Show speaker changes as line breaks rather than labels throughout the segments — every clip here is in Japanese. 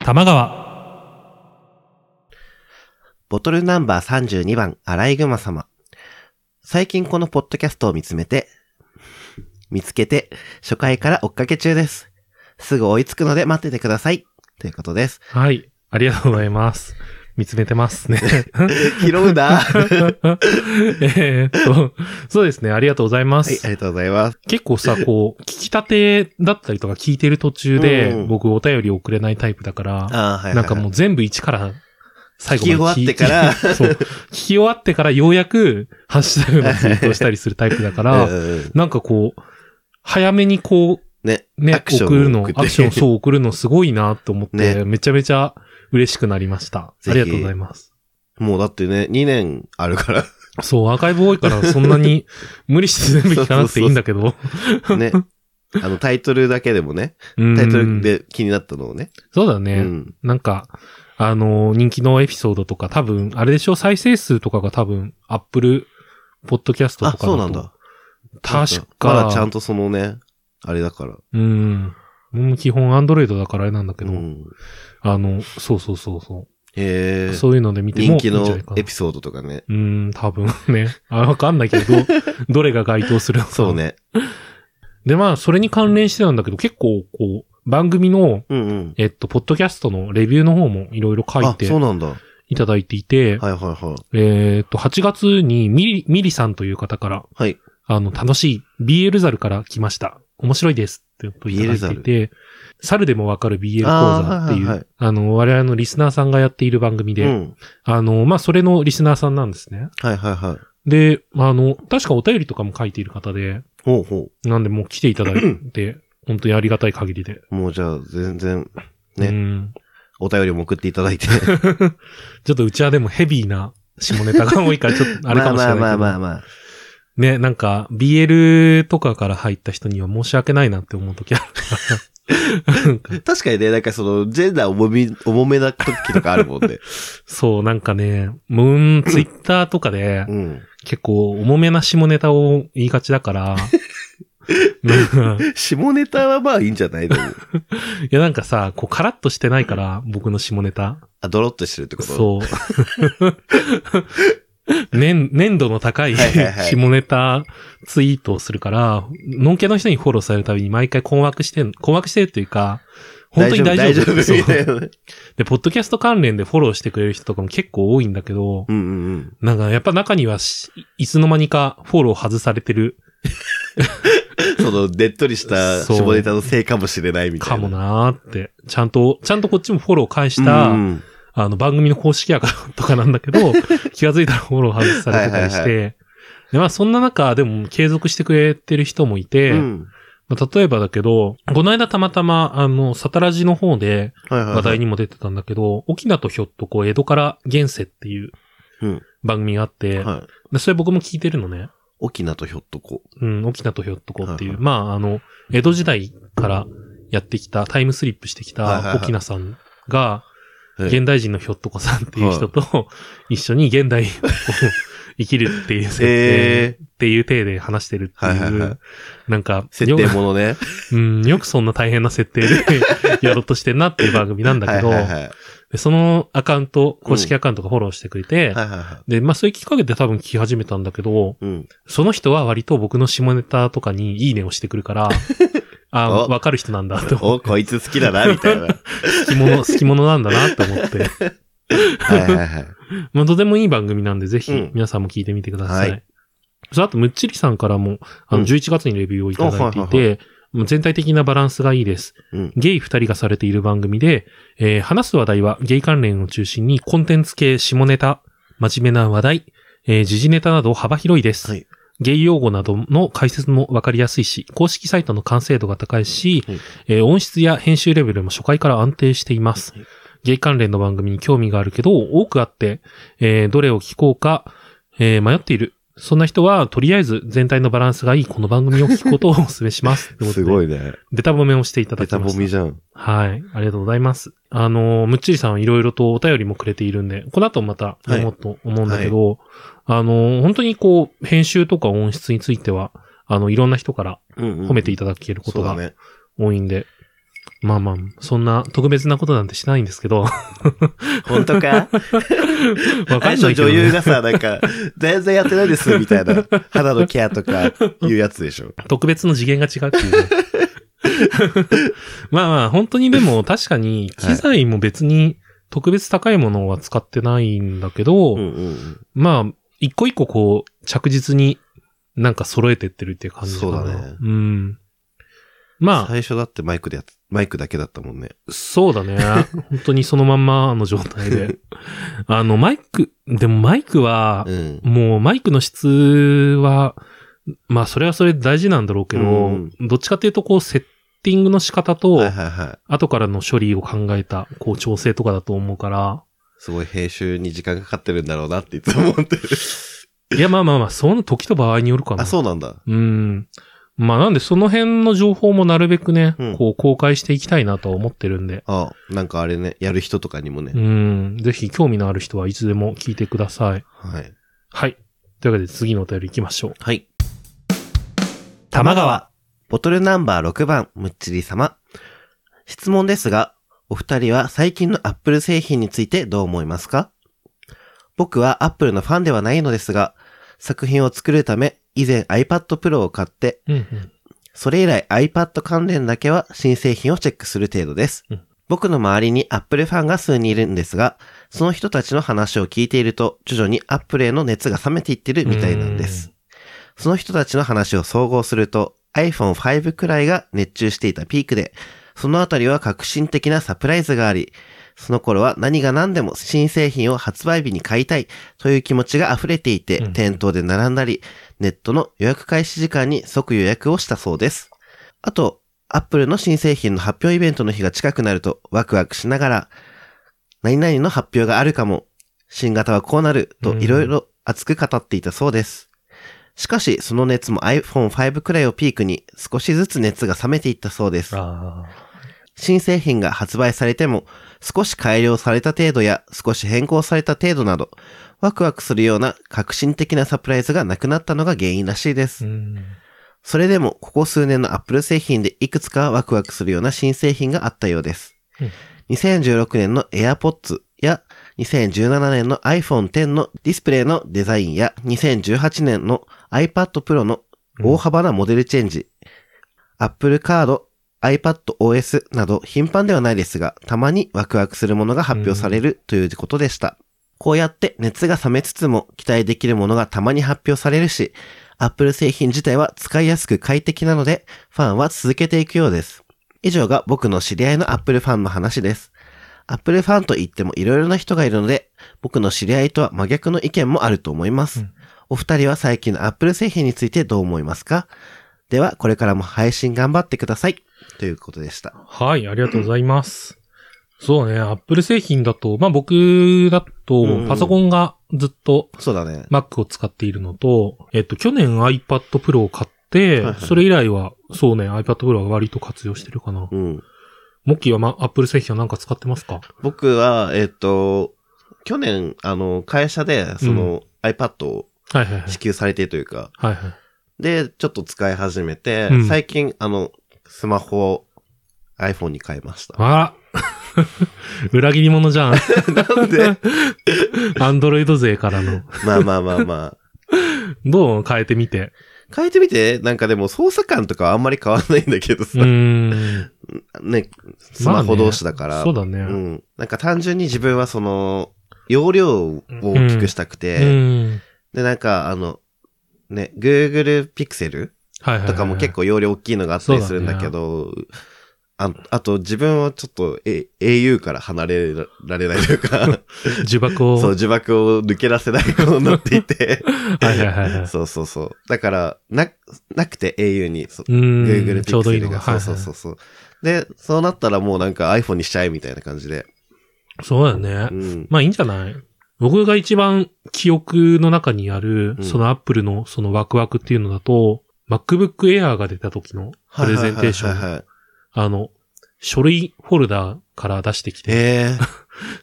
玉川。
ボトルナンバー32番、アライグマ様。最近このポッドキャストを見つめて、見つけて、初回から追っかけ中です。すぐ追いつくので待っててください。ということです。
はい。ありがとうございます。見つめてます ね。
拾うな はい、
えーっと、そうですね。ありがとうございます。
ありがとうございます。
結構さ、こう、聞きたてだったりとか聞いてる途中で、
うん
僕お便り送れないタイプだから、
ああ、はい、はい。
なんかもう全部一から最後まで
聞き終わってから
そう。聞き終わってからようやくハッシュタグのツイートをしたりするタイプだか
う
ら、
んうん
なんかこう、早めにこう、
ね、
ね
ア、クション
送
を
るの
送っ、て
アクションそう送るのすごいなと思って、
ね
めちゃめちゃ嬉しくなりました。あ
ぜひ
りがとうございます。
もうだってね、2年あ るから。
そう、アーカイブ多いからそんな に無理して全部聞かなくていいんだけど。
ね。あの、タイトルだけでもね、
タ
タイトルで気になったのをね。
そうだ
う
ね。
ん。
なんか、あのー人気のエピソードとか多分、あれでしょ再生数とかが多分、アップル、ポッドキャスト
あ
と、か
そうなん
と
だ。
確か。
まだちゃんとそのね、あれだから。
うん。もう基本アンドロイドだからあれなんだけど、
うん、
あの、そうそうそうそう。
へえ。
そういうので見てもいい
人
ん
気
じゃない
の
かな
エ。ピソードとかね。
うん、多分ね。 あ、わかんないけど、どれが該当するのか
そう。ね。
で、まあ、それに関連してなんだけど、結構、こう、番組の、
うんうん。
えっと、ポッドキャストのレビューの方もいろいろ書い
あ、
て
そうなんだ。はい
いただいていて、
はいは
えっと、8月にミリ、ミリさんという方から、
い。はい。
あの、楽しい BL ザルから来ました。面白いです。ってことをいただいていて、猿でもわかる BL 講座っていう、あ,、
あーはいはいはい
の、我々のリスナーさんがやっている番組で、
うん。
あの、まあ、それのリスナーさんなんですね。
はいはいはい。
で、あの、確かお便りとかも書いている方で、
ほうほ
なんでもう来ていただいて、 本当にありがたい限りで。
う。もうじゃあ、全然、ね
うん。
お便りも送っていただいて。
ちょっとうちはでもヘビーな下ネタが多いから、ちょ っとあれかもしれないけど。
まあまあまあまあ。
ね、なんか、BL とかから入った人には申し訳ないなって思うときあるから。なんか
確かにね、なんかその、ジェンダー重み、重めな時とかあるも んね。
そう、なんかね、もううん、ツイッターとかで
う、ん。
結構重めな下ネタを言いがちだ から、なんか
下ネタはまあいいんじゃないの
いやなんかさ、こうカラッとしてないから、僕の下ネタ。
あ、ドロッとしてるってこと
そう。 年、年度の高い
はいはいはい
下ネタツイートをするから、ノンケの人にフォローされるたびに毎回困惑してん、困惑してるっていうか、本当に大丈夫
大丈夫み
そう
たいなね。
で、ポッドキャスト関連でフォローしてくれる人とかも結構多いんだけど、
うんうんうん。
なんかやっぱ中にはしいつの間にかフォロー外されてる
その、でっとりした
そう
下ネタのせいかもしれないみたいな。
かもなーって、ちゃんと、ちゃんとこっちもフォロー返し
う
た、
んうん
あの番組の公式やからとかなんだけ ど、気がついたらフォロー外されてたりして、
はい
でまあそんな中でも継続してくれてる人もいて、
うん。
まあ例えばだけど、この間たまたまあの、サタラジの方で
はいはいはい。
話題にも出てたんだけど、沖縄とひょっとこう江戸から現世っていう
うん
番組があって、
はい。
で、それ僕も聞いてるのね。
沖縄とひょっとこ。
うん、沖縄とひょっとこっていう。
はい
まあ、あの、江戸時代からやってきた、タイムスリップしてき
はいはいは
た
い
沖縄さんが、
はい
現代人のひょっとこさんっていう人と、一緒に現代を 生きるっていう設定
え
っていう体で話してるって
はいはい
い
は
う
い、
なんか、
設
よ
定
く
ものね。
うん、よくそんな大変な設定でやろうとしてんなっていう番組なんだ
はい
けど
はい、はい。
でそのアカウント、公式アカウントがフォローしてくれて、
はいはいはい。
で、まあそういうきっかけで多分聞き始めたんだけど、
うん。
その人は割と僕の下ネタとかにいいねをしてくる から、あ
お
わかる人なんだと 思
お、
って。
こいつ好きだな、みたいな。は
好き者、好き者なんだなと思って。
いはいはい。
まあ、とてもいい番組なんで、ぜひ
うん
皆さんも聞いてみてください。
は
そうあと、むっちりさんからも、あ
う
の、
ん
11月にレビューをいただいてい
おはいはい
て、もう全体的なバランスがいいです。
うん。
ゲイ二人がされている番組で、えー話す話題はゲイ関連を中心にコンテンツ系下ネタ、真面目な話題、えー時事ネタなど幅広いです。
はい
ゲイ用語などの解説もわかりやすいし、公式サイトの完成度が高いし、
はい
えー音質や編集レベルも初回から安定しています。
はい
ゲイ関連の番組に興味があるけど、多くあって、えーどれを聞こうか、えー迷っている。そんな人は、とりあえず全体のバランスがいいこの番組を聞くことをお勧めします。
すご
い。
いね。
ベタ褒めをしていただ
ベ
き
タ
ました
ボ。ミじゃん。
はい。ありがとうございます。あのー、むっちりさんはいろいろとお便りもくれているんで、この後また読もうと思うんだけど、あのー、本当にこう、編集とか音質については、あの、いろんな人から
うんうん
褒めていただけること
そうだ
が
ね。
多いんで、まあまあ、そんな特別なことなんてしないんですけど、わ
本当
か
か あ
んな
れの
いけど
女優
ね、
がさ、なんか、全然やってないです、みたいな。肌のケアとか、いうやつで しょ。
特別の次元が違うっていうね。 まあまあ、本当にで も確かに機材も別に特別高いものは使ってないんだけど、
うんうん
まあ、一個一個こう、着実になんか揃えてってるっていう感じかな。
そうだね
うん。
うん。
まあ、
最初だってマイクでやつ、マイクだけだったもんね。
そうだね。 本当にそのまんまの状態で。あの、マイク、でもマイクは、
うん。
もうマイクの質は、まあそれはそれで大事なんだろうけど、
うん
どっちかっていうとこうセッティングの仕方と
はい、はいはい。
後からの処理を考えた、こう調整とかだと思うから、
すごい編集に時間がかかってるんだろうなっていつも思ってる。
いやまあまあまあ、その時と場合によるかな。
あ、そうなんだ。
うん。まあなんでその辺の情報もなるべくね、
うん
こう公開していきたいなとは思ってるんで、
あなんかあれね、やる人とかにもね。
うん、ぜひ興味のある人はいつでも聞いてください。
はい。
はい。というわけで次のお便り行きましょう。
はい。ボトルナンバー6番、むっちり様。質問ですが、お二人は最近のアップル製品についてどう思いますか僕はアップルのファンではないのですが、作品を作るため、以前 iPad Pro を買って、
うんうん。
それ以来 iPad 関連だけは新製品をチェックする程度です。
うん
僕の周りに Apple ファンが数人いるんですが、その人たちの話を聞いていると、徐々に Apple への熱が冷めていってるみたいなんです。その人たちの話を総合すると、iPhone5 くらいが熱中していたピークで、そのあたりは革新的なサプライズがあり、その頃は何が何でも新製品を発売日に買いたいという気持ちが溢れていて
う、ん
店頭で並んだり、ネットの予約開始時間に即予約をしたそうです。あと、Apple の新製品の発表イベントの日が近くなるとワクワクしながら、何々の発表があるかも、新型はこうなるといろいろ熱く語っていたそうです。しかし、その熱も iPhone5 くらいをピークに少しずつ熱が冷めていったそうです。
あ
新製品が発売されても、少し改良された程度や少し変更された程度など、ワクワクするような革新的なサプライズがなくなったのが原因らしいで
あ。う
す。
ん。
それでも、ここ数年の Apple 製品でいくつかはワクワクするような新製品があったようです
うん。
2016年の AirPods や2017年の iPhone X のディスプレイのデザインや2018年の iPad Pro の大幅なモデルチェンジ。Apple カード、iPad OS など頻繁ではないですが、たまにワクワクするものが発表されるということでした。こうやって熱が冷めつつも期待できるものがたまに発表されるし、Apple 製品自体は使いやすく快適なので、ファンは続けていくようです。以上が僕の知り合いの Apple ファンの話です。Apple ファンと言っても色々な人がいるので、僕の知り合いとは真逆の意見もあると思います。
うん
お二人は最近の Apple 製品についてどう思いますかでは、これからも配信頑張ってください。ということでした。
はい、ありがとうございます。そうね、Apple 製品だと、まあ僕だ
う
と
ん、
パソコンがずっと
そうだね。
Mac を使っているのと、えっと、去年 iPad Pro を買って、
はいはい
それ以来は、そうね、iPad Pro は割と活用してるかな。
うん。
モッキーは、ま、Apple 製品はなんか使ってますか
僕は、えっ、と、去年、あの、会社で、その、iPad を
はいはいはい。
支給されてというか、
はいはい。
で、ちょっと使い始めて、
うん
最近、あの、スマホを iPhone に変え ました。
あら裏切り者 じゃん。
なんで
アンドロイド勢からの。
まあまあまあまあ。
どう変えてみて。
変えてみて、なんかでも操作感とかはあんまり変わんないんだけど
う
さ、
ーん。
ね、スマホ同士だから、
そうだね。
うん。なんか単純に自分はその、容量を大きくしたく
う
て、
ん。
で、なんかあの、ね、Google Pixel
はいはいはい。
とかも結構容量大きいのがあったりするんだけど、ああと自分はちょっと、え、au から離れられないというか、
呪縛を。
そう、呪縛を抜け出せないことになっていて、
はいはいはいはい。
そうそうそう。だから、な、なくて au に、そう
うーん
Google
ちょうどいい
Pixel
の
が、
が。
そうそうそうそう。で、そうなったらもうなんか iPhone にしちゃえみたいな感じで。
はいはいそうだよ
う
ね。
ん。
まあいいんじゃない僕が一番記憶の中にある
う、ん
その Apple のそのワクワクっていうのだと、MacBook Air が出た時のプレゼンテーシ
はいはい
ョン。
はいはい
あの、書類フォルダから出してきて、
ええ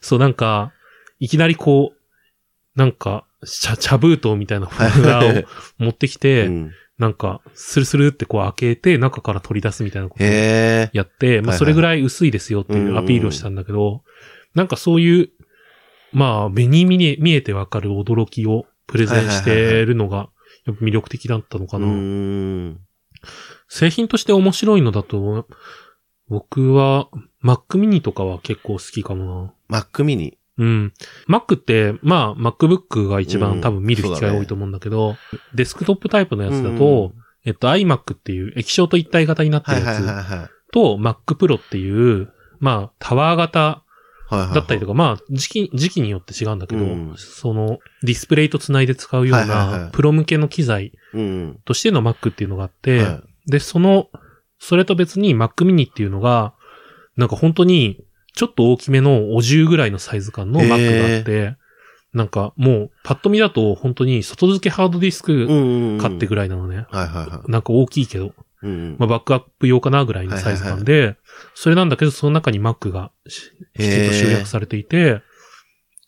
そうなんか、いきなりこう、なんか、茶、茶封筒みたいなフォルダを持ってきて、
うん
なんか、スルスルってこう開けて、中から取り出すみたいなことを
へえ。
やって、
はい
ま
は
あ
い
それぐらい薄いですよっていうアピールをしたんだけど、なんかそういう、まあ目に見え見えてわかる驚きをプレゼンし
はいはいはいは
てるのが、やっぱ魅力的だったのか
う
な。
ーん。
製品として面白いのだと、僕は Mac mini とかは結構好きかもな。
Mac mini。
うん。Mac って、まあ MacBook が一
うん
番多分見る機
そうだ
会
ね
多いと思うんだけど、デスクトップタイプのやつだ
うんう
と、えっと iMac っていう液晶と一体型になって
は
る
いはい
や
はい
つ
はい。
と Mac Pro っていう、まあタワー型だったりと
か。
か、まあ、時期、時期によって違うんだけど、
うん
その、ディスプレイと繋いで使うよう
はいはいはい
な、プロ向けの機材
うん。
としての Mac っていうのがあって、
はい
で、その、それと別に Mac mini っていうのが、なんか本当に、ちょっと大きめのお重ぐらいのサイズ感の
へ
Mac
ー
があって、なんかもう、パッと見だと本当に外付けハードディスク
うん。
買ってぐ
る。
らいなのね。
はいはいは
なんか大きいけど、
い。うん。
まあ、バックアップ用かなぐらいのサイズ感で、それなんだけど、その中に Mac がしきちんと集約されていて、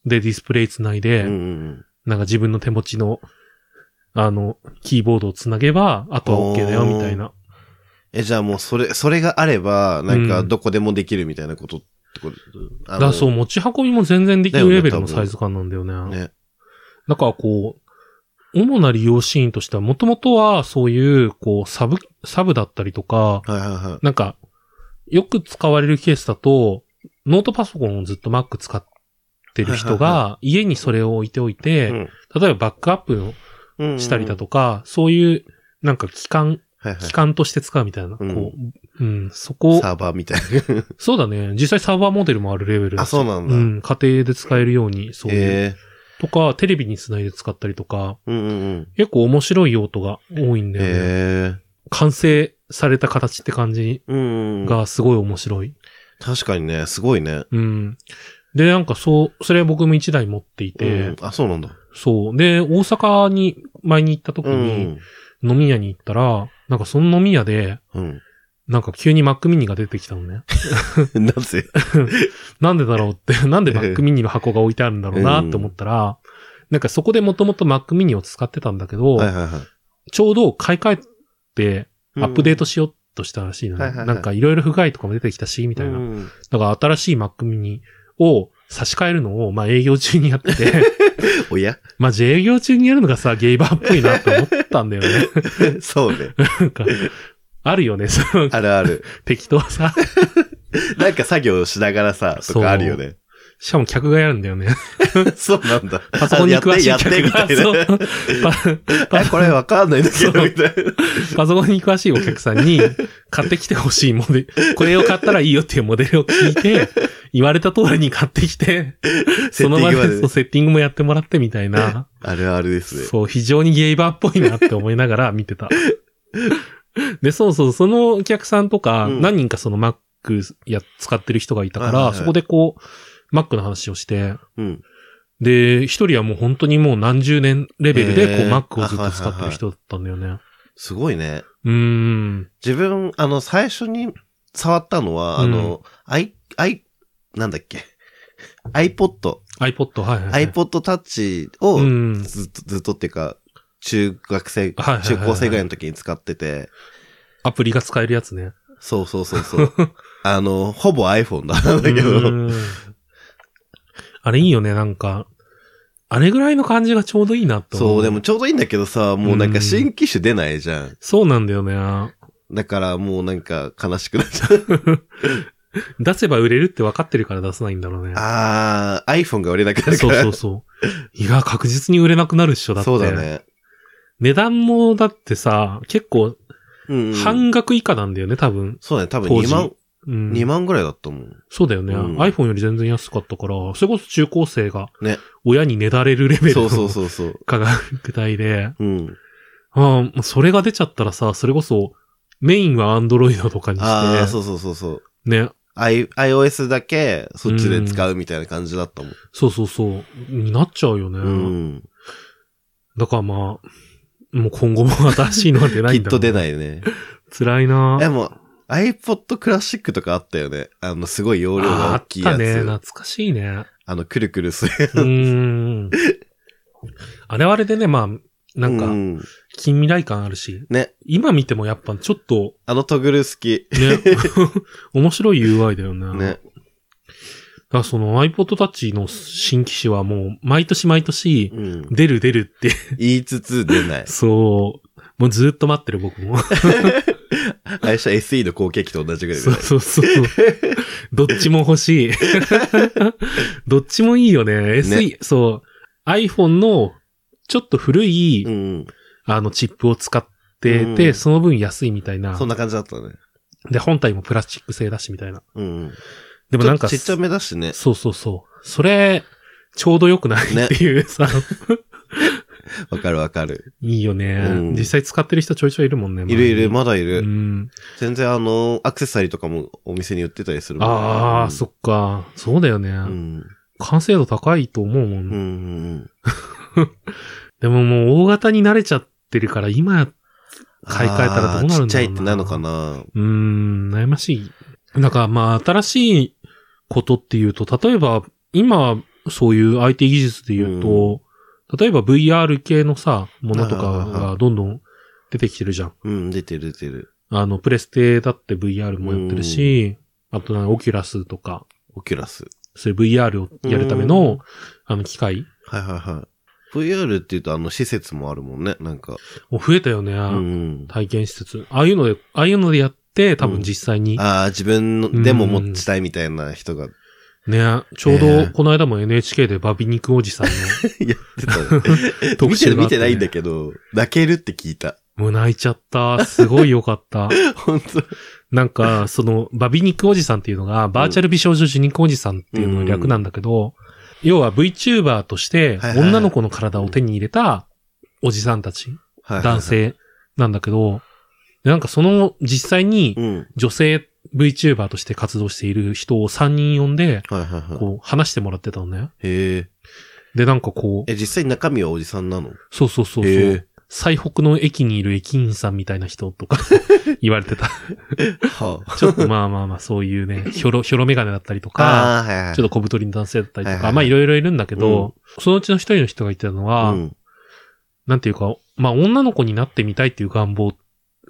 で、ディスプレイ繋いで、
うんうん
なんか自分の手持ちの、あの、キーボードを繋げば、あとは OK だよ、みたいな。
え、じゃあもうそれ、それがあれば、なんか
うん
どこでもできるみたいなことってことあ
だ
の
からそう、持ち運びも全然でき
だよ
る
ね
レベルのサイズ感なんだよね。
ね。
だからこう、主な利用シーンとしては、もともとはそういう、こう、サブ、サブだったりとか、
はいはいはい。
なんか、よく使われるケースだと、ノートパソコンをずっと Mac 使ってる人
はいは
が、家にそれを置いておいて、例えばバックアップ
うん
をしたりだとか、そういう、なんか機関、
はいはい
機関として使うみたいな、こ
うん
う、うん、そこ、
サーバーみたい
そうだね、実際サーバーモデルもあるレベル
な。
だ
あ、
し
そうなんだ。
うん、家庭で使えるように、そういう。
へえ。
とか、テレビにつないで使ったりとか、
うんうんうん。
結構面白い用途が多いんだよね。
へえ。
完成された形って感じ
うんうんうん。
がすごい面白い。
確かにね、すごいね。
うん。で、なんかそう、それ僕も一台持っていて、
うんあ、そうなんだ。
そう。で、大阪に前に行った時
う
に、
ん。
飲み屋に行ったら、なんかその飲み屋で、
うん。
なんか急に Mac mini が出てきたのね。
なぜ
なんでだろうって、 なんで Mac mini の箱が置いてあるんだろうなって思ったら、なんかそこでもともと Mac mini を使ってたんだけど、
はいはいはい。
ちょうど買い替えてアップデート
し
しようとしたらしいのね。
はいはいはい
なんかいろいろ不具合とかも出てきたし、み
み
たいな。
な。
だから新しい Mac mini を差し替えるのを、まあ営業中にやってて、
おや
まあ、自営業中にやるのがさ、ゲイバーっぽいなと思ったんだよね。
そうね。
なんか、あるよね、その、
あるある。
適当さ。
なんか作業しながらさ、と
そう
かあるよね。
しかも客がやるんだよね。
そうなんだ。
パソコンに詳しい
やって、や
客
って、みた
が。
い
そう
な。
パ
えこれわかんないんだけど、
そう
みたいな。
パソコンに詳しいお客さんに、買ってきてほしいモデル、これを買ったらいいよっていうモデルを聞いて、言われた通りに買ってきて、 その場で
セッティングまで
そうセッティングもやってもらってみたいな、
あるあるですね。
そう、非常にゲイバーっぽいなって思いながら見て た。で、そうそう、そのお客さんとか、
うん
何人かその Mac や使ってる人がいたから、
はいはいはい
そこでこう、Mac の話をして、
うん。
で、一人はもう本当にもう何十年レベルで、こ
へ
う、
ー
Mac をずっと使ってる人だったんだよね。
すごいね。
うーん。
自分、あの、最初に触ったのは、あの、i、i、なんだっけ。iPod。
iPod、はいはい、はい。
iPod Touch を
うん。
ずっと、ずっとっていうか、中学生、
はいはいはい
中
はい
高生ぐらいの時に使ってて、
アプリが使えるやつね。
そうそうそ うそう。あの、ほぼ iPhone なんだけ
う
ど、
ーんあれいいよね、なんか。あれぐらいの感じがちょうどいいなと思う。
そう、でも。ちょうどいいんだけどさ、もうなんか新機種出ないじゃん。
そうなんだよね。
だからもうなんか悲しくなっちゃ う。
出せば売れるって分かってるから出さないんだろうね。
あー、iPhone が売れなくなるか
そう
ら。
そう そう。いや、確実に売れなくなるっしょ、だって。
そうだ。ね。
値段も、だってさ、結構、
うんうん、
半額以下なんだよね、多分。
そうだね、多分
当時
2万、
うん。
2万ぐらいだったもん。
そうだよね、
うん
iPhone より全然安かったから、それこそ中高生が
ね、
親にねだれるレベル
そ
の
うそうそうそう。
価格帯で、
うん。
ああ、それが出ちゃったらさ、それこそ、メインは Android とかに
あー、
して、
そうそうそうそう。
ね、
I、iOS だけ、そっちで使うみたいな感じだったもん。
そうそうそう、になっちゃうよね。
うん。
だからまあ、もう今後も新しいのは出な
き
いん
っ
だ
と
ろう
出ないね。
辛いな
でも、iPod クラシックとかあったよね。あの、すごい容量
あ
が
あ
大
っ
きい
た
や
ね。
つ。
懐
あ
かしいね。
の、くるくるする。
うーん。あれはあれでね、まあ、なん
う
か、
ん
近未来感あるし、
ね。
今見てもやっぱちょっと、
あのトグル好き。
ね、 面白い UI だよね。だ
ね。
からその iPod Touch の新機種はもう、毎年毎年、
うん。
出る出るって、。
言いつつ出ない
そう、もうずっと待ってる僕も。
あれした SE の後継機と同じぐらい
そ
だ
う
ね
そう そう。どっちも欲しい。どっちもいいよね。SE、そう。iPhone のちょっと古い、
うん。
あのチップを使ってて、
うん
その分安いみたいな
そん。な感じだったね。
で、本体もプラスチック製だしみたいな。
うん。
でもなんか、
ちょっとちっちゃめだしね。
そうそうそう。それ、ちょうど良くない
ね
っていう さ、
わかるわかる。
いいよね、
うん
実際使ってる人ちょいちょいいるもんね。
いるいる、
ま
まだいうる。
ん。
全然あの、アクセサリーとかもお店に売ってたりするもんね
ああ、
うん
そっか。そうだよね、
うん。
完成度高いと思うもん
うん。うん。
でももう大型に慣れちゃってるから、今、買い替えたらどうなるんだろうな
あーちっちゃいってなるのかな
うーん、悩ましい。なんかまあ、新しいことっていうと、例えば、今、そういう IT 技術で言うと、例えば VR 系のさ、ものとかがどんどん出てきてるじゃん。
うん、出てる出てる。
あの、プレステだって VR もやってるし、あとなんかオキュラスとか、
オキュラス。
そういう VR をやるため
う
の、あの、機械
はいはいはい。VR って言うとあの施設もあるもんね、なんか。
もう増えたよね、
うん。
体験施設。ああいうので、ああいうのでやって、多分実際に、
ああ、自分のでも持ちたいみたいな人がや
ね、ちょう
え
ど
え
この間も NHK でバビ肉おじさんの
ってた の。
特
見て
集があ
見
っててね、
ないんだけど、泣けるって聞いた。
もう泣いちゃった。すごい良か った。
本当
なんか、その、バビ肉おじさんっていうのが、バーチャル美少女受肉おじさんっていうのの略なんだけど、要は VTuber として、
はいはいはい
女の子の体を手に入れたおじさんたち、
はいはいはい
男。性なんだけど、でなんかその、実際に
うん。
女性 VTuber として活動している人を3人呼んで、
はいはいはい。
こう、話してもらってたのね。
へえ。
で、なんかこう、
え、実際中身はおじさんなの
そうそうそうそう。
へえ。
最北の駅にいる駅員さんみたいな人と か言われてた。
はあ。
ちょっとまあまあまあそういうね、ひょろ、ひょろメガネだったりとか、
ああ、はいはい。
ちょっと小太りの男性だったりとか、
はいはいはい
まあいろいろいるんだけど、そのうちの一人の人が言ってたのは、
うん。
なんていうか、まあ女の子になってみたいっていう願望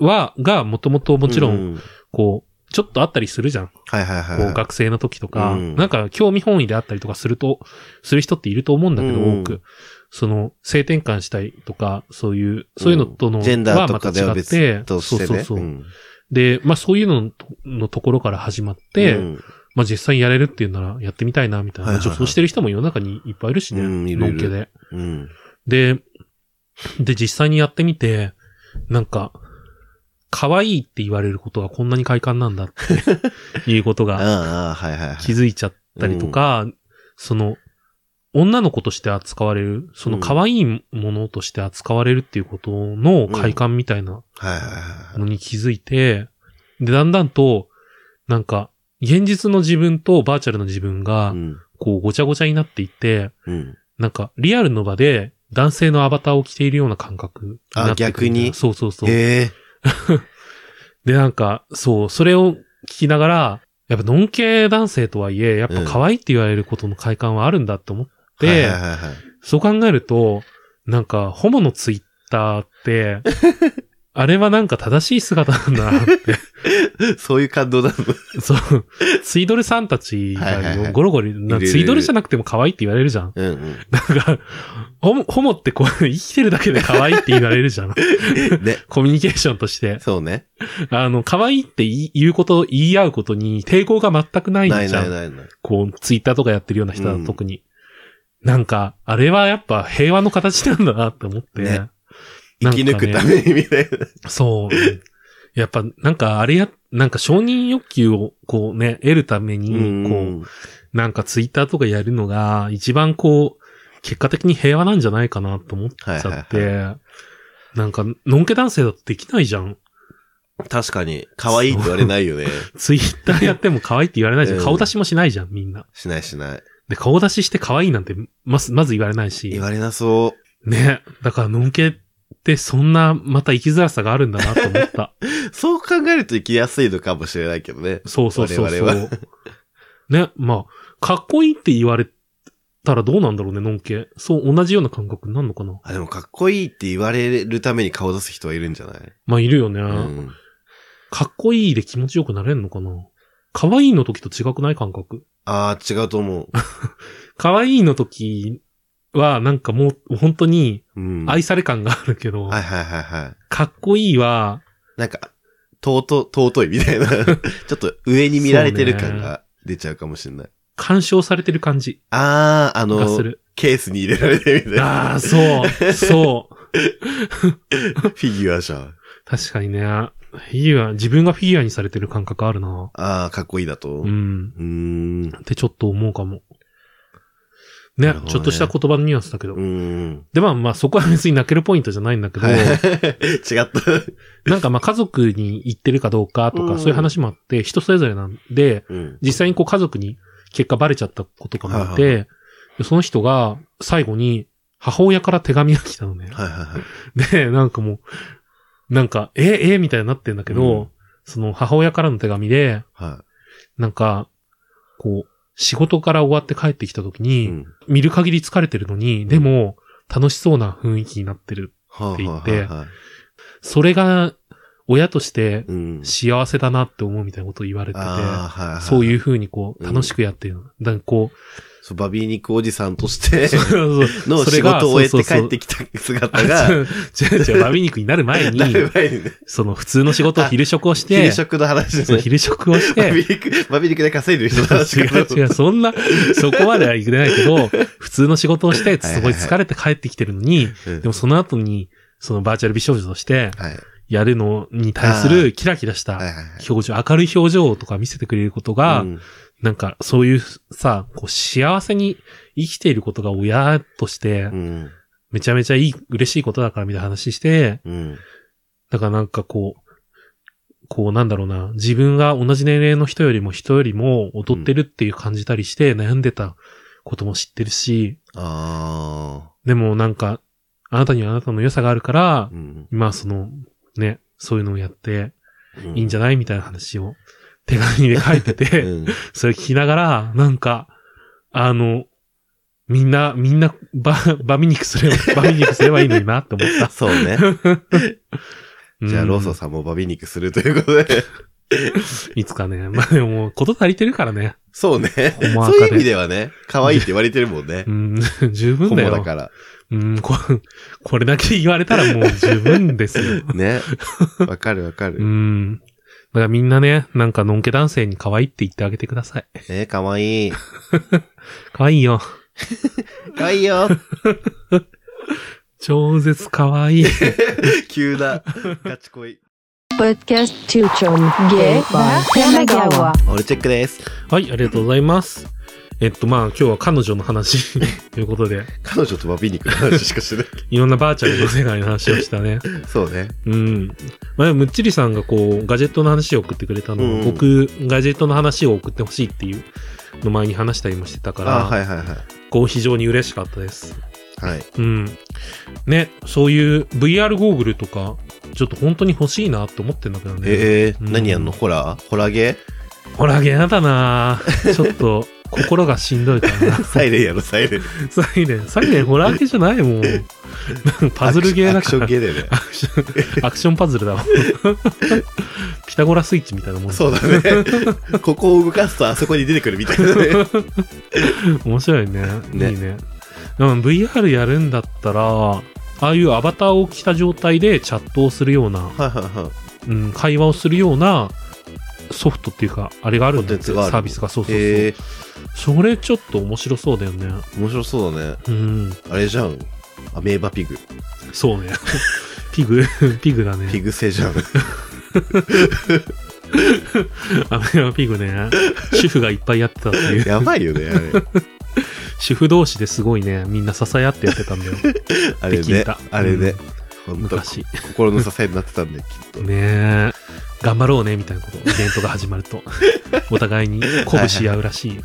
は、がもともともちろ、
うんん。
こう、ちょっとあったりするじゃん。こ
はいはいはいは
う
い。
学生の時とか、
うん
なんか興味本位であったりとかすると、する人っていると思うんだけど、
うん
多く。その、性転換したいとか、そういう、そういうのとの、
ジェンダーとかでは
はまた違って、
別としてね。
そうそうそう。
ん
で、まあそういうののとのところから始まって、
うん
まあ実際にやれるっていうならやってみたいな、みたいな。
はいはいはい
女装してる人も世の中にいっぱいいるしね。
うんいるいる
のんけで。
うん。
で、で、実際にやってみて、なんか、可愛いって言われることがこんなに快感なんだっていうこと が
ああ、はいはいはい。
気づいちゃったりとか、その、女の子として扱われる、その可愛いものとして扱われるっていうことの快感みたいな
はいはいはいは
のに気づいて、で、だんだんと、なんか、現実の自分とバーチャルの自分が
い。う、ん。
こう、ごちゃごちゃになっていって、
うん。
なんか、リアルの場で、男性のアバターを着ているような感覚になってくるみたいな
あ逆に
そうそうそう。
へえ。
で、なんか、そう、それを聞きながら、やっぱ、ノン系男性とはいえ、やっぱ可愛いって言われることの快感はあるんだって思って、
はいはいはいはい。
そう考えると、なんか、ホモのツイッター って、あれはなんか正しい姿なんだなって
そういう感動だ
そう。ツイドルさんたち
はいはいは
が
い
ゴロゴロ、ない
るいる
ツイドルじゃなくても可愛いって言われるじゃん。
うんうん。
なんか、ホモホモってこう、生きてるだけで可愛いって言われるじゃん。
ね。
コミュニケーションとして。
そうね。
あの、可愛いって言い言うこと、言い合うことに抵抗が全くないじゃん。
ないないないない。
こう、ツイッターとかやってるような人
う
は
ん
特に。なんか、あれはやっぱ平和の形なんだなって思って。
ね
な
生
んか
き
ね
抜くためにみたいな。
そう。やっぱ、なんかあれや、なんか承認欲求をこうね、得るために、こう、
ん。
なんかツイッターとかやるのが、一番こう、結果的に平和なんじゃないかなと思っちゃって、
はい
なんか、のんけ男性だとできないじゃん。
確かに、可愛いって言われない よね。
ツイッターやっても可愛いって言われないじゃん。
うん
顔出しもしないじゃん、みんな。
しないしない。
で、顔出しして可愛いなんて、まず、まず言われないし
言。われなそ
ね。だから、のんけってそんな、また生きづらさがあるんだなと思 った。
う。そう考えると生きやすいのかもしれないけどね。
そうそうそうそ
我々
う。ね、まあ、かっこいいって言われたらどうなんだろうね、のんけ。そう、同じような感覚になるのかな。
あ、でもかっこいいって言われるために顔出す人はいるんじゃない
まあ、いるよね、
うん。
かっこいいで気持ちよくなれんのかな。可愛いの時と違くない感覚。
ああ、違うと思う。
可愛いの時は、なんかもう、本当に
うん。はい
愛され感があるけど、
はいはいはい。
かっこいいは、
なんか、尊、尊い みたいな、ちょっと上に見られてる感が出ちゃうかもしれない。
干渉されてる感じ
ああ、あ
がす
の、
る。
ケースに入れられてるみたい
あ
な
あ、。そう、そう。
フィギュアじゃん。
確かにね。フィギュア、自分がフィギュアにされてる感覚あるな。
ああ、かっこいいだと。
う。
うんーん。
ってちょっと思うかも。ね、
なるほどね
ちょっとした言葉のニュアンスだけど。
うーん。
で、まあまあ、そこは別に泣けるポイントじゃないんだけど、
はい。違った。
なんかまあ家族に行ってるかどうかと
う
か、
ん
そういう話もあって、人それぞれなんで、
うん。
実際にこう家族に結果バレちゃった子とかもあって、
は
でその人が最後に母親から手紙が来たのね。
はいはいはい。
で、なんかもう、なんか、え、え、みたいになってんだけど、
うん
その母親からの手紙で、
は
なんか、こう、仕事から終わって帰ってきた時
い。
に、
うん
見る限り疲れてるのに、でも、楽しそうな雰囲気になってる。
は
って言っ
あ
て
はいはい。
それが、親として
うん。
幸せだなって思うみたいなことを言われてて、
ああ、はいはい。。
そういうう風にこう、
うん
楽しくやってるの。だからこ
そうバビー肉おじさんとして
う、そうそう
の
そ
仕
れが
事を終え
そう
て
そうそう
帰ってきた姿
あ
が、
違う違う違う、バビ肉になる前に
だ、いぶ前にね、
その普通の仕事を昼食をして、
昼食の 話
そう
でね。
昼食をし
バ
て、
ビー肉、バビー肉で稼いでる人の話
違
が。
う違う、そんな、そこまではいけないけど、 普通の仕事をして、
はいはい
すごい疲れて帰ってきてるのに、
うん
でもその後に、そのバーチャル美少女として、
はい。
やるのに対するキラキラし
はいは
た
いはい。
表情、明るい表情とか見せてくれることが、
うん
なんかそういうさ、こう幸せに生きていることが親として
う、ん。
めちゃめちゃいい、嬉しいことだからみたいな話して、
うん。
だからなんかこう、こうなんだろうな、自分が同じ年齢の人よりも人よりも劣ってるっていう感じたりして悩んでたことも知ってるし、
あ
でもなんか、あなたにはあなたの良さがあるから
あ。う、ん。
今はその、ね、そういうのをやって、いいん
じ
じゃないみたいな話を手紙で書いて
ゃ
て、それ聞きながら、なんか、あの、みんな、みんな、ば、ばみ肉すれば、ばみ肉すればいいのになって思った。
そうね。 じゃあ、
うん
ローソンさんもバビー肉するということで。
いつかね。まあでももう、こと足りてるからね。
そうね。
ホモ
そ
アカで
ういう意味ではね、可愛いって言われてるもんね
う。ん、 十分
ホ
だ
モ
よ。
だから。
うん、こ、 これだけ言われたらもう十分です よ。
ね。わかるわか
う
る。
ん。だからみんなね、なんか、のんけ男性に可愛いって言ってあげてください。
えー、かわいい。
可愛いよ。
かわいいよ。
超絶可 愛い。
急な。ガチ恋。
Podcast Tuchom Gay by Kanagawa.
オールチェックです。
はい、ありがとうございます。えっと、まあ、今日は彼女の 話ということで、
彼女とバビー肉の話しかしてない。
いろんなバーチャルの世界の話をしたね。
そうね。
うん。まあ、むっちりさんがこう、ガジェットの話を送ってくれたのを、
うん
僕、ガジェットの話を送ってほしいっていうの前に話したりもしてたから、
あはいはいはい。
こう、非常に嬉しかったです。
はい。
うん。ね、そういう VR ゴーグルとか、ちょっと本当に欲しいなって思ってんだけどね。
えー、
うん
何やんのホラーホラゲ
ほら、嫌だなちょっと、心がしんどいから な。
ーサイレンやろ、サイレン。
サイレン、サイレンホラー系じゃないもん。なんかパズルゲーだ
アクシ
から
ョンアク。ションゲーだよね。
アクション、アクションパズル だわ。ピタゴラスイッチみたい なもん。
そうだね。ここを動かすとあそこに出てくるみたいな ね。
面白いね。
ね
いいね。でも VR やるんだったら、ああいうアバターを着た状態でチャットをするような、
はいはいはい。
うん、会話をするようなソフトっていうか、あれがあるんだよ
コンテンツがある
サービスが。そうそうそう。
え
それちょっと面白そうだよね。
ー、面白そうだね。
うん。
あれじゃん。アメーバピグ。
そう ね。ピグ、ピグだね。
ピグセじゃん。
アメはピグね。主婦がいっぱいやってたっていう。
やばいよね、あれ。
主婦同士ですごいね、みんな支え合ってやってた んだよ。
あれ
って聞
ね
いた。
あれね。ほんと、
昔。
心の支えになってたんだよ、きっ と。
ねえ。頑張ろうね、みたいなこと。イベントが始まる と。お互いに鼓舞し合うらしいよ。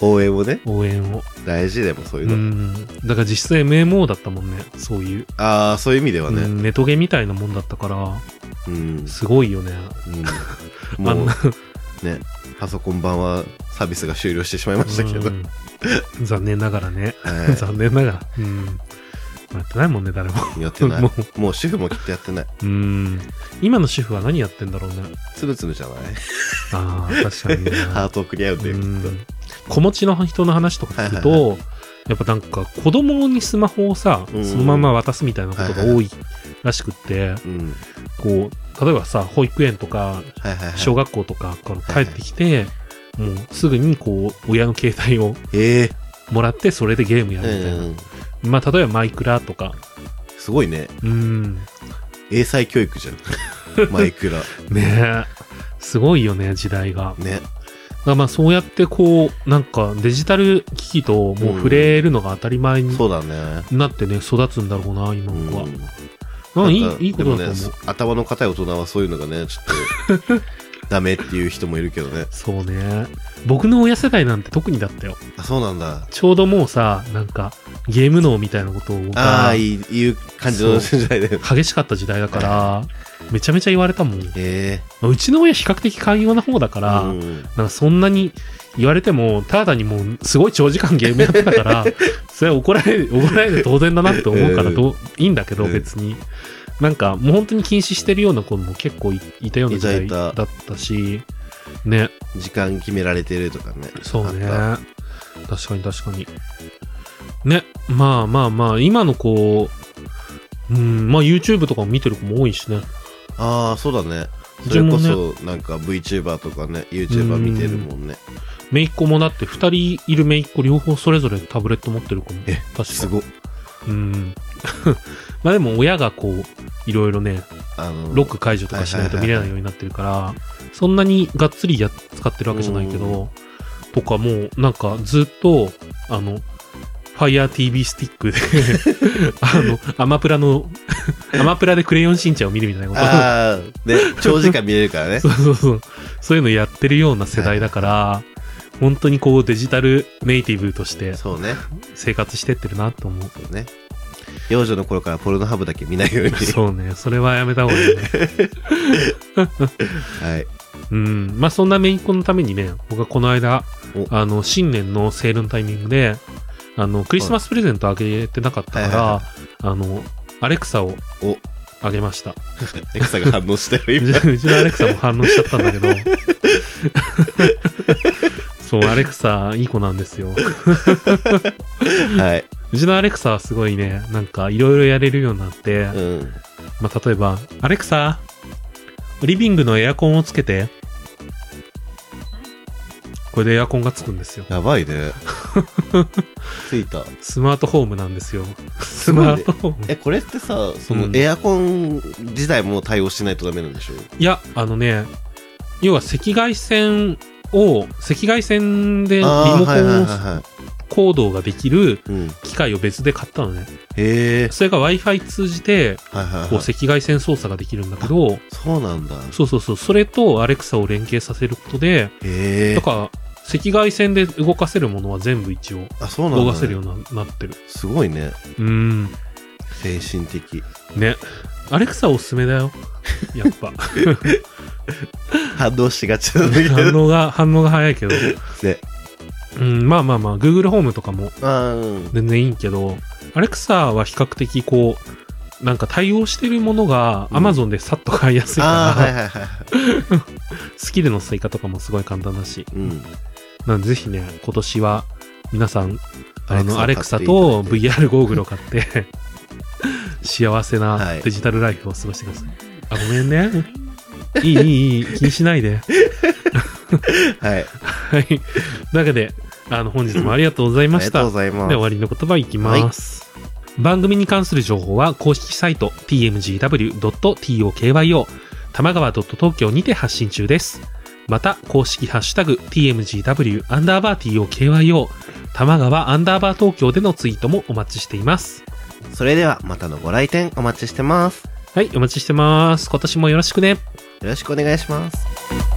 応援もね、
応援を。
大事でもそういう
う
の。
ん。だから実際 MMO だったもんね。そういう。
ああ、そういう意味では
う
ね。
んネトゲみたいなもんだったから、
うん。
すごいよね。
うん
あ
も
ん
う
な、
ね、パソコン版はサービスが終了してしまいましたけど。
うん残念ながらね。
はい
残念ながら。うん。やってないもんね、誰も。
やってな い
も。
もう主婦もきっとやってない。
うん。今の主婦は何やってんだろうね。
つぶつぶじゃない
ああ、確かにね。
ハートをクリアウトよきっと
うん子持ちの人の話とか聞く
はい
と、やっぱなんか子供にスマホをさ、
うん
そのまま渡すみたいなことが多いらしくって、
うん。
こう、例えばさ、保育園とか、
はいはいはい。
小学校とかから帰ってきて、もうすぐにこう、親の携帯を
ええ
もらって、それでゲームやるみたいな。
うん。
まあ、例えばマイクラとか、
すごいね。
うん、
英才教 育じゃん。マイクラ。
ねえ、すごいよね、時代が。だ
ね。
からまあそうやってこう、なんかデジタル機器ともう触れるのが当たり前に
そうだね。
なってね、育つんだろうな、今の子は。
うん
まあい
なんか
い、いいことだと
で
思
も
う。
ねそ頭の固い大人はそういうのがねちょっ とダメっていう人もいるけどね
そうね。僕の親世代なんて特にだったよ。
あそうなんだ
ちょうどもうさ、なんか、ゲーム脳みたいなこと
あ
が
あいういう感じの
そう
時代だよね
激しかった時代だから、めちゃめちゃ言われたもん。
え
うちの親比較的寛容な方だか
え
ら、
うん
なんかそんなに言われても、ただにもうすごい長時間ゲームやってた から、それは怒られ、怒られて当然だなって思うからどう、いいんだけど
うん
別に。なんかもう本当に禁止してるような子も結構いいたような時代
いた
だ
いた
ったし、ね、
時間決められてるとかね
そうね
あっ。
確かに確かに。ね、まあまあまあ、今の子、うん、まあ YouTube とかも見てる子も多いしね。
たああそうだねそ
自
れ
分も
こ
ね
そなんか VTuber とかね YouTuber 見てるもんね
姪っ子もだって2人いる姪っ子両方それぞれタブレット持ってる子も。
え
確か
すごっ
うん。 まあでも親がこう、いろいろね、
あの
ロック解除とかしないと見れないようになってるから、そんなにがっつりやっ使ってるわけじゃないけど、とかもうなんかずっと、あの、Fire TV スティックで、 あの、アマプラの、 アマプラでクレヨンしんちゃんを見るみたいなこ
ああね長時間見れるからね
と 、そうそうそう、そういうのやってるような世代だから、本当にこうデジタルネイティブとして
そうね
生活してってるなと思う。
そうね幼女の頃からポルノハブだけ見ないように
そうね、それはやめた方がいいね。
はい
うん。まあ、そんな姪っ子のためにね、僕はこの間
お、
あの、新年のセールのタイミングで、あの、クリスマスプレゼントあげてなかったから、
は
あの、アレクサを
お
あげました。
エクサが反応してる
うち
今
うちのアレクサも反応しちゃったんだけ ど。そう、アレクサ、いい子なんですよ。
はいう
ちのアレクサはすごいね、なんか、いろいろやれるようになって、
うん
まあ、例えば、アレクサ、リビングのエアコンをつけて、これでエアコンがつくんですよ。
やば いね。ついた。
スマートホームなんですよ。ス
すごい
マ
ね
ート。ホーム。
え、これってさ、そうの
ん
エアコン自体も対応しないとダメなんでしょ
いや、あのね、要は赤外線を、赤外線でリモ
あー
コ
はいはいはい
ン
は
行動ができる
い。うん。
機械を別で買ったのね。
へえ。
それが Wi-Fi 通じて、
はいは
こ
い
う
はい。
赤外線操作ができるんだけど、
そうなんだ。
そうそうそう、それと Alexa を連携させることで、
へえ
だ。から、赤外線で動かせるものは全部一応
あ、そうなんだ。
動かせるようにななってる。
すごいね。
うーん。
精神的。
ね。アレクサおすすめだよ。やっぱ。
反応しがちなんだけ
反
ど。
応が、反応が早いけど。
ね。
うん、まあまあまあ、Google ホームとかも
あーうん。
全然いいけど、アレクサは比較的こう、なんか対応してるものが
うん
Amazon でさっと買いやすい
あ
か
ーは
ら、
いはいはいはい。
スキルの追加とかもすごい簡単だし、
うん。
なんでぜひね、今年は皆さん、あの、ア
ア
レ
レ
ク
ク
サ
サ
と
と
VR ゴーグルを買って、 幸せ
は
ないデジタルライフを過ごしてください。あ、ごめんね。いいいいいい、気にしないで。
はい。
はい。というわけで、あの、本日もありがとうござい
あ
ま
り
し
がと
た
うご。ざいます
で、終。わりの言葉いきます。番組に関する情報は公式サイト tmgw.tokyo 玉川 .tokyo にて発信中です。また、公式ハッシュタグ tmgw アンダーバー tokyo 玉川アンダーバー東京でのツイートもお待ちしています。
それではまたのご来店お待ちしてます。
はい、お待ちしてます。今年もよろしくね。
よろしくお願いします。